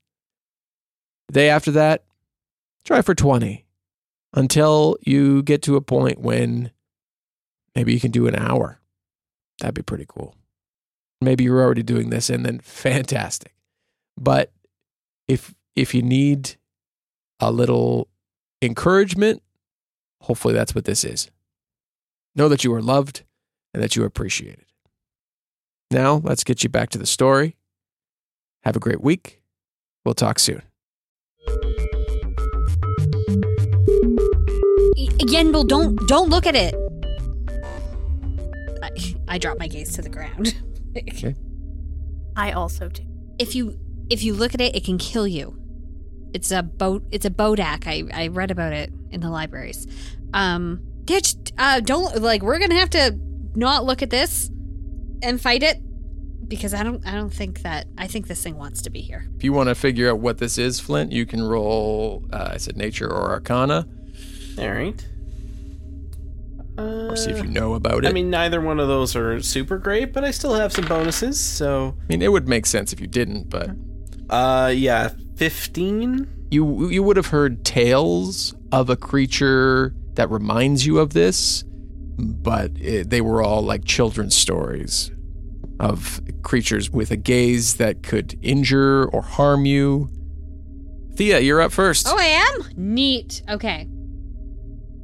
S5: The day after that, try for 20 until you get to a point when Maybe you can do an hour. That'd be pretty cool. Maybe you're already doing this and then fantastic. But if if you need a little encouragement, hopefully that's what this is. Know that you are loved and that you are appreciated. Now, let's get you back to the story. Have a great week. We'll talk soon.
S3: Y- Yenbel, don't don't look at it. I, I drop my gaze to the ground.
S8: I also do.
S3: if you if you look at it, it can kill you. It's a boat. It's a bodak. I I read about it in the libraries. Um, ditch. Uh, don't like. We're gonna have to not look at this and fight it because I don't. I don't think that. I think this thing wants to be here.
S4: If you want to figure out what this is, Flint, you can roll. Uh, is it nature or arcana?
S1: All right. Uh,
S4: Or see if you know about it.
S1: I mean, neither one of those are super great, but I still have some bonuses. So,
S4: I mean, it would make sense if you didn't, but
S1: uh, yeah, fifteen.
S4: you you would have heard tales of a creature that reminds you of this, but it, they were all like children's stories of creatures with a gaze that could injure or harm you. Thea, you're up first.
S3: Oh, I am neat. Okay.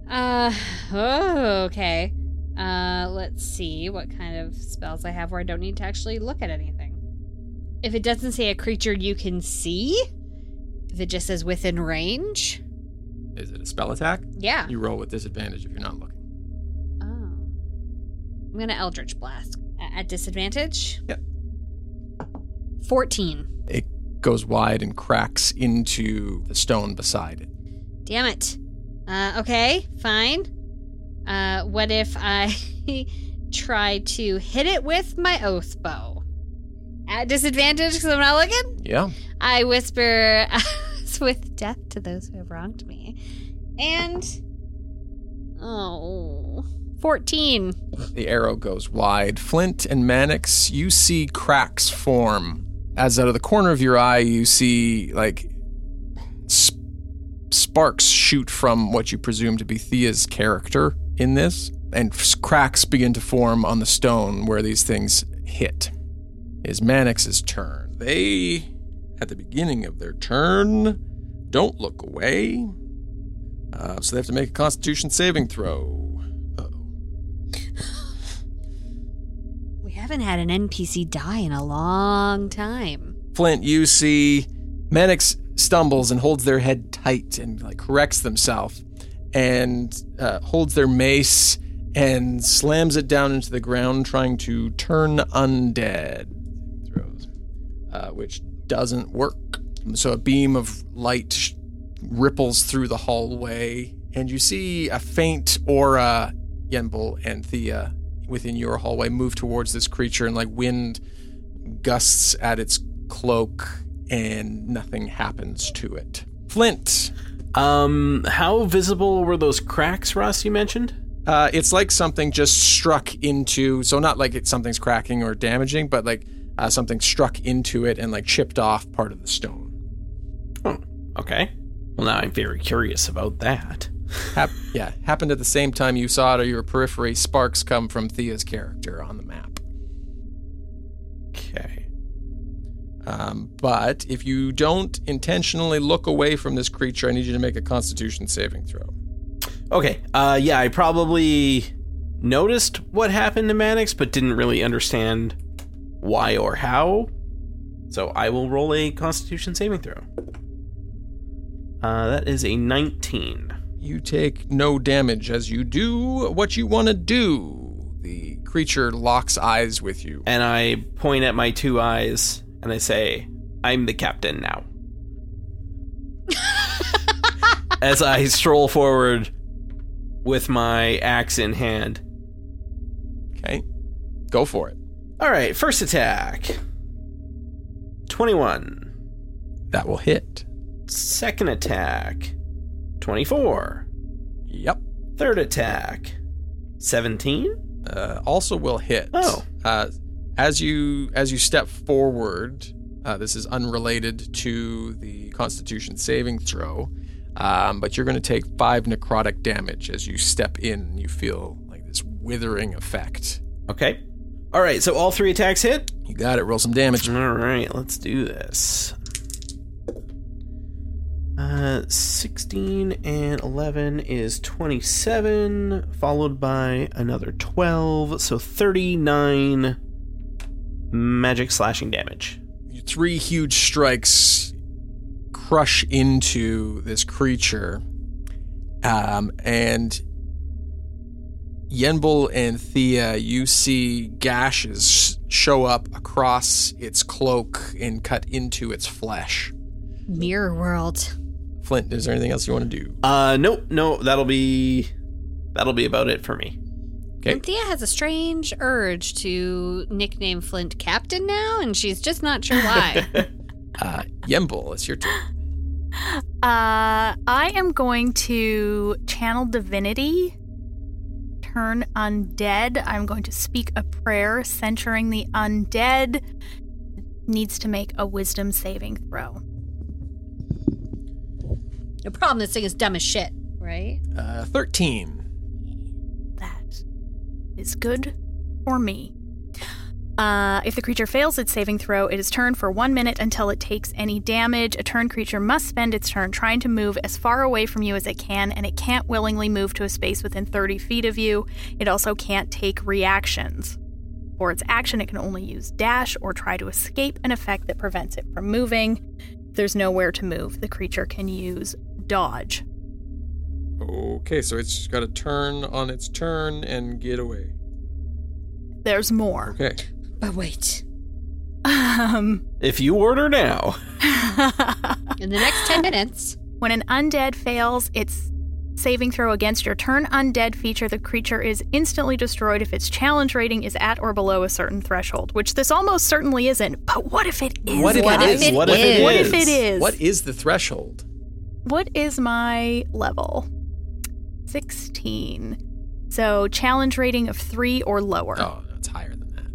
S3: Uh. Oh, okay. Uh. Let's see what kind of spells I have where I don't need to actually look at anything. If it doesn't say a creature you can see, if it just says within range,
S5: Is it a spell attack?
S3: yeah.
S5: You roll with disadvantage if you're not looking.
S3: Oh. I'm gonna Eldritch Blast A- at disadvantage.
S4: Yep.
S3: Fourteen.
S4: It goes wide and cracks into the stone beside it.
S3: Damn it. Uh. Okay. Fine. Uh. What if I try to hit it with my oath bow? At disadvantage because I'm not looking.
S4: Yeah.
S3: I whisper with death to those who have wronged me. And. Oh. 14.
S4: The arrow goes wide. Flint and Mannix, you see cracks form. As out of the corner of your eye, you see like sp- sparks shoot from what you presume to be Thea's character in this, and s- cracks begin to form on the stone where these things hit. It Is Mannix's turn? They, at the beginning of their turn, don't look away, uh, so they have to make a Constitution saving throw. Uh-oh.
S3: We haven't had an NPC die in a long time.
S4: Flint, you see Mannix stumbles and holds their head tight and like corrects themselves and uh, holds their mace and slams it down into the ground, trying to turn undead throws, uh, which doesn't work. So a beam of light sh- ripples through the hallway, and you see a faint aura, Yenbel and Thea, within your hallway move towards this creature, and like wind gusts at its cloak and nothing happens to it. Flint,
S1: Um, how visible were those cracks, Ross? You mentioned.
S4: uh, it's like something just struck into, so not like it's something's cracking or damaging, but like uh, something struck into it and like chipped off part of the stone.
S1: Oh, okay. Well, now I'm very curious about that.
S4: Hap- yeah, happened at the same time you saw it or your periphery. Sparks come from Thea's character on the map.
S1: Okay.
S4: Um, but if you don't intentionally look away from this creature, I need you to make a Constitution saving throw.
S1: Okay. Uh, yeah, I probably noticed what happened to Mannix, but didn't really understand why or how. So I will roll a Constitution saving throw. Uh, that is a 19.
S4: You take no damage as you do what you want to do. The creature locks eyes with you.
S1: And I point at my two eyes and I say, I'm the captain now. As I stroll forward with my axe in hand.
S4: Okay. Go for it.
S1: All right, first attack 21.
S4: That will hit.
S1: Second attack, 24.
S4: Yep.
S1: Third attack, 17.
S4: Uh, also will hit.
S1: Oh.
S4: Uh, as you as you step forward, uh, this is unrelated to the Constitution saving throw, um, but you're going to take five necrotic damage as you step in. You feel like this withering effect.
S1: Okay. All right, so all three attacks hit.
S4: You got it. Roll some damage.
S1: All right, let's do this. Uh, 16 and 11 is 27, followed by another 12, so 39 magic slashing damage.
S4: three huge strikes crush into this creature um, and Yenbul and Thea, you see gashes show up across its cloak and cut into its flesh.
S3: Mirror world.
S4: Flint, is there anything else you want to do?
S1: Uh, nope, no, that'll be that'll be about it for me.
S4: Okay.
S3: Cynthia has a strange urge to nickname Flint Captain now, and she's just not sure why.
S4: Uh, Yenbul, it's your turn.
S8: Uh, I am going to channel divinity, turn undead. I'm going to speak a prayer censuring the undead. Needs to make a wisdom saving throw.
S3: the problem, this thing is dumb as shit, right?
S4: Uh, 13.
S8: That is good for me. Uh, if the creature fails its saving throw, it is turned for one minute until it takes any damage. A turn creature must spend its turn trying to move as far away from you as it can, and it can't willingly move to a space within 30 feet of you. It also can't take reactions. For its action, it can only use dash or try to escape an effect that prevents it from moving. If there's nowhere to move, the creature can use dodge.
S4: Okay, so it's got to turn on its turn and get away.
S8: There's more.
S4: Okay.
S3: But wait.
S8: Um,
S1: If you order now,
S3: In the next 10 minutes,
S8: When an undead fails its saving throw against your turn undead feature, the creature is instantly destroyed if its challenge rating is at or below a certain threshold, which this almost certainly isn't. But what if it is?
S4: What if it
S8: guys?
S4: is?
S1: what if
S3: is?
S1: it
S8: What
S1: is?
S8: if it is?
S4: What is the threshold?
S8: What is my level? 16. So challenge rating of 3 or lower.
S4: Oh, no, it's higher than that.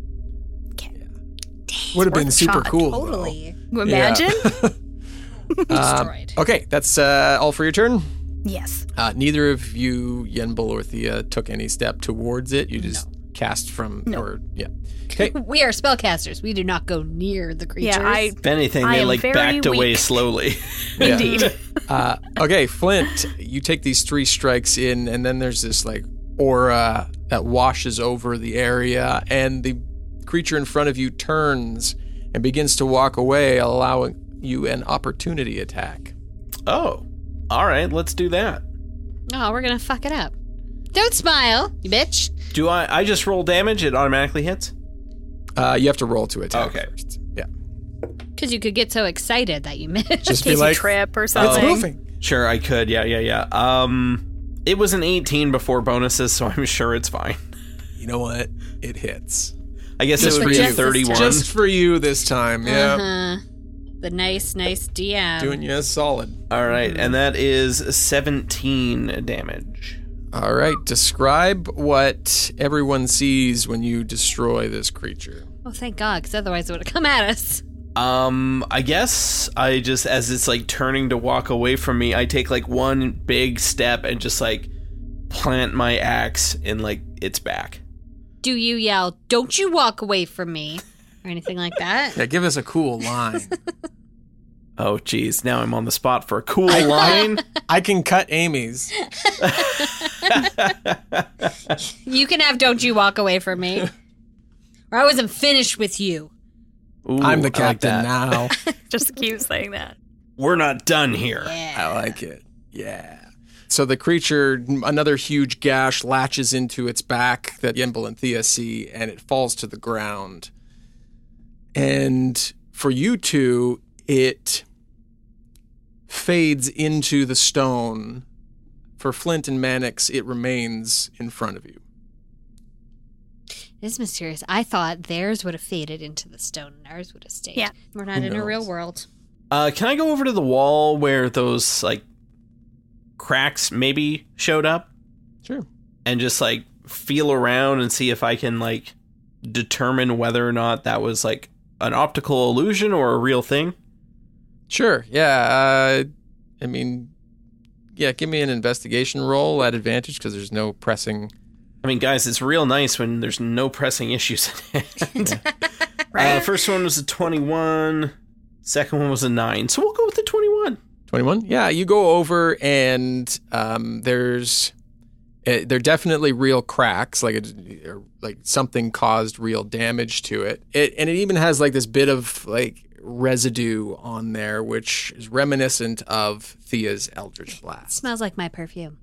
S8: Okay.
S4: Would have
S8: worth
S4: been
S8: a
S4: super
S8: shot.
S4: cool. though.
S3: totally
S8: Imagine?
S4: Um,
S3: destroyed.
S4: Okay, that's uh, all for your turn.
S8: yes.
S4: Uh, neither of you, Yenbul or Thea, took any step towards it. You just cast from, or yeah. Okay,
S3: we are spellcasters. We do not go near the creatures.
S8: Yeah, I
S1: if anything,
S8: I
S1: they
S8: am
S1: like
S8: very
S1: backed away
S8: weak.
S1: slowly.
S8: indeed.
S4: uh, okay, Flint, you take these three strikes in, and then there's this like aura that washes over the area, and the creature in front of you turns and begins to walk away, allowing you an opportunity attack.
S1: oh, all right, let's do that.
S3: Oh, we're going to fuck it up. Don't smile, you bitch.
S1: Do I? I just roll damage. It automatically hits.
S4: Uh, you have to roll to attack
S1: Okay.
S4: first. Yeah,
S3: Because you could get so excited that you missed.
S8: Case
S4: just be
S8: of
S4: like,
S8: trip or
S4: it's
S8: something.
S4: moving.
S1: Sure, I could. Yeah, yeah, yeah. Um, it was an 18 before bonuses, so I'm sure it's fine.
S4: You know what? It hits.
S1: I guess
S4: Just
S1: it would
S4: for
S1: be a
S4: you.
S1: 31.
S4: Just for you this time. Yeah.
S3: Uh-huh. The nice, nice DM.
S4: Doing you a solid.
S1: All right, and that is 17 damage.
S4: All right, describe what everyone sees when you destroy this creature.
S3: oh, thank God, because otherwise it would have come at us.
S1: Um, I guess I just as it's like turning to walk away from me, I take like one big step and just like plant my axe in like its back.
S3: Do you yell, don't you walk away from me? Or anything like that?
S4: Yeah, give us a cool line.
S1: Oh geez, now I'm on the spot for a cool line.
S4: I can cut Amy's.
S3: You can have don't you walk away from me. or I wasn't finished with you.
S1: Ooh,
S4: I'm
S1: I
S4: the
S1: like
S4: captain
S1: that.
S4: now.
S8: Just keep saying that.
S1: We're not done here.
S4: I like it. Yeah. So the creature, another huge gash latches into its back that Yimble and Thea see, and it falls to the ground. And for you two, it fades into the stone. For Flint and Mannix, it remains in front of you.
S3: This is mysterious. I thought theirs would have faded into the stone and ours would have stayed.
S8: Yeah.
S3: We're not
S4: Who
S3: in a real
S4: knows?
S3: world.
S1: Uh, can I go over to the wall where those like cracks maybe showed up
S4: Sure.
S1: and just like feel around and see if I can like determine whether or not that was like an optical illusion or a real thing?
S4: Sure. Yeah. Uh, I mean, yeah, give me an investigation roll at advantage because there's no pressing.
S1: I mean, guys, it's real nice when there's no pressing issues. at hand. uh, first one was a 21, second one was a 9. So we'll go with the 21.
S4: 21 yeah you go over and um, there's uh, they're definitely real cracks like it, or, like something caused real damage to it. it and it even has like this bit of like residue on there which is reminiscent of thea's eldritch blast
S3: Smells like my perfume.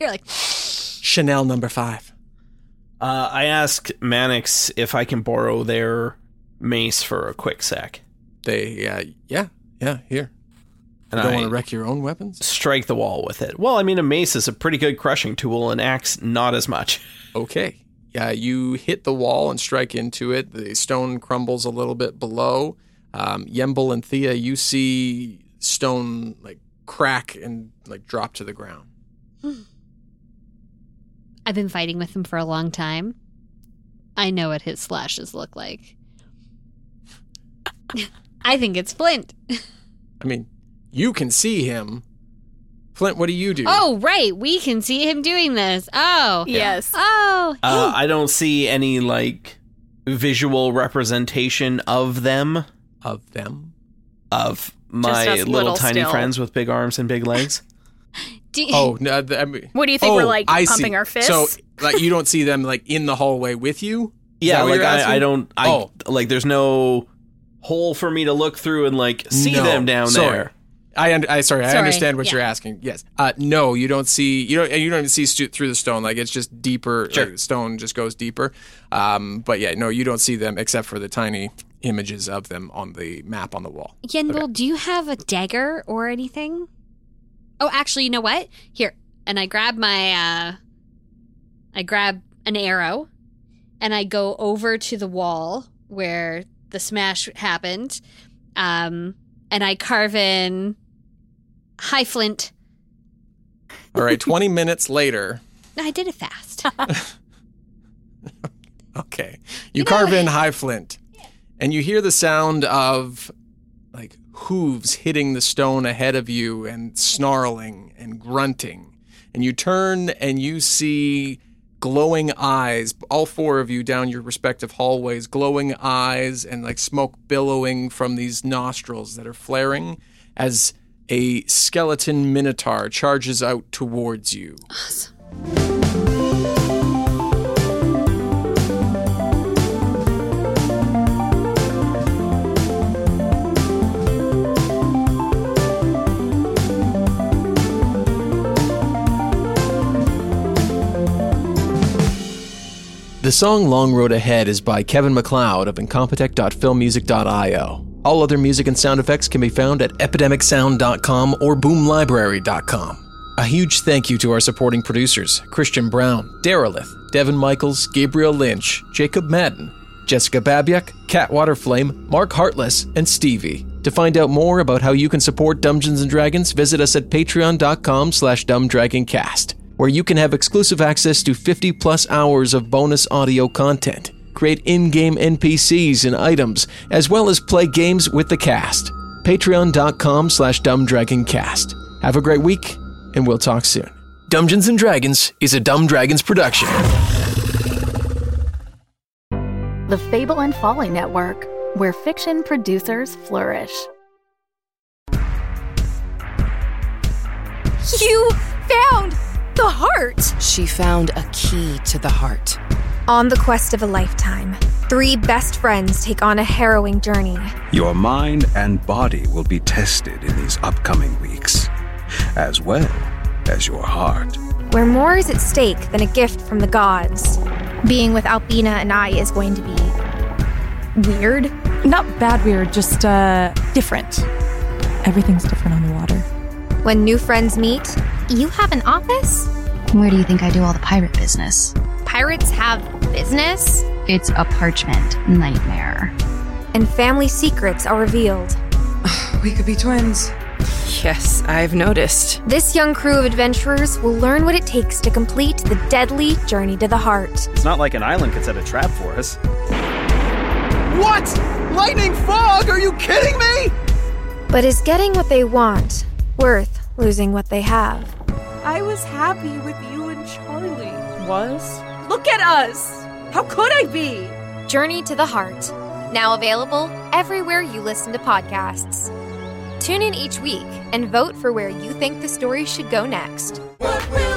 S3: You're like,
S4: Chanel number five.
S1: Uh, I ask Mannix if I can borrow their mace for a quick sec,
S4: They, uh, yeah, yeah, here.
S1: and
S4: you don't
S1: I
S4: want to wreck your own weapons?
S1: strike the wall with it. Well, I mean, a mace is a pretty good crushing tool, an axe not as much.
S4: Okay. Yeah, you hit the wall and strike into it. The stone crumbles a little bit below. Um, Yemble and Thea, you see stone like crack and like drop to the ground.
S3: I've been fighting with him for a long time. I know what his slashes look like. I think it's Flint.
S4: I mean, you can see him. Flint, what do you do?
S3: Oh, right. We can see him doing this. Oh.
S8: Yes.
S3: Oh.
S1: Uh, I don't see any like visual representation of them
S4: Of them.
S1: of my
S8: us
S1: little,
S8: little
S1: tiny
S8: still.
S1: friends with big arms and big legs.
S3: Do-
S4: Oh, no, th- I mean,
S8: What do you think? We're,
S4: oh,
S8: like,
S4: I
S8: pumping
S4: see.
S8: our
S4: So,
S8: fists?
S4: like, you don't see them like in the hallway with you. Is
S1: yeah,
S4: that what
S1: like
S4: you're
S1: I, I
S4: asking?
S1: don't. I
S4: Oh.
S1: like. There's no hole for me to look through and like see
S4: No,
S1: them down
S4: sorry.
S1: there.
S4: I, un- I sorry, I
S3: Sorry,
S4: understand what
S3: yeah.
S4: you're asking. Yes. Uh, no, you don't see you don't and you don't even see stu- through the stone. Like it's just deeper.
S1: Sure.
S4: like, stone just goes deeper. Um, but yeah, no, you don't see them except for the tiny images of them on the map on the wall.
S3: Yenbul, do you have a dagger or anything? Oh, actually, you know what? Here. And I grab my uh I grab an arrow and I go over to the wall where the smash happened. Um and I carve in high flint.
S4: All right, 20 minutes later.
S3: No, I did it fast.
S4: Okay. You, carve in high flint and you hear the sound of like hooves hitting the stone ahead of you and snarling and grunting. And you turn and you see glowing eyes, all four of you down your respective hallways, glowing eyes and like smoke billowing from these nostrils that are flaring as a skeleton minotaur charges out towards you. The song Long Road Ahead is by Kevin McLeod of incompetech.filmmusic.io. All other music and sound effects can be found at epidemicsound.com or boomlibrary.com. A huge thank you to our supporting producers Christian Brown, Derelith, Devin Michaels, Gabriel Lynch, Jacob Madden, Jessica Babiak, Cat Waterflame, Mark Heartless, and Stevie. To find out more about how you can support Dungeons and Dragons, visit us at patreon.com slash dumbdragoncast, where you can have exclusive access to 50 plus hours of bonus audio content, create in-game NPCs and items, as well as play games with the cast. Patreon.com slash dumbdragoncast. Have a great week, and we'll talk soon. Dungeons and Dragons is a Dumb Dragons production.
S6: The Fable and Folly Network, where fiction producers flourish.
S9: You found the heart!
S10: She found a key to the heart.
S9: On the quest of a lifetime, three best friends take on a harrowing journey.
S11: Your mind and body will be tested in these upcoming weeks, as well as your heart.
S9: where more is at stake than a gift from the gods. Being with Albina and I is going to be weird.
S12: Not bad weird, just uh different. Everything's different on the water.
S9: When new friends meet, you have an office?
S13: Where do you think I do all the pirate business?
S9: Pirates have business?
S13: It's a parchment nightmare.
S9: And family secrets are revealed.
S10: We could be twins. Yes, I've noticed.
S9: This young crew of adventurers will learn what it takes to complete the deadly journey to the heart.
S14: It's not like an island could set a trap for us.
S5: What? Lightning fog? Are you kidding me?
S9: But is getting what they want worth losing what they have?
S12: I was happy with you and Charlie. Was? Look at us! How could I be?
S9: Journey to the Heart, now available everywhere you listen to podcasts. Tune in each week and vote for where you think the story should go next.
S10: What will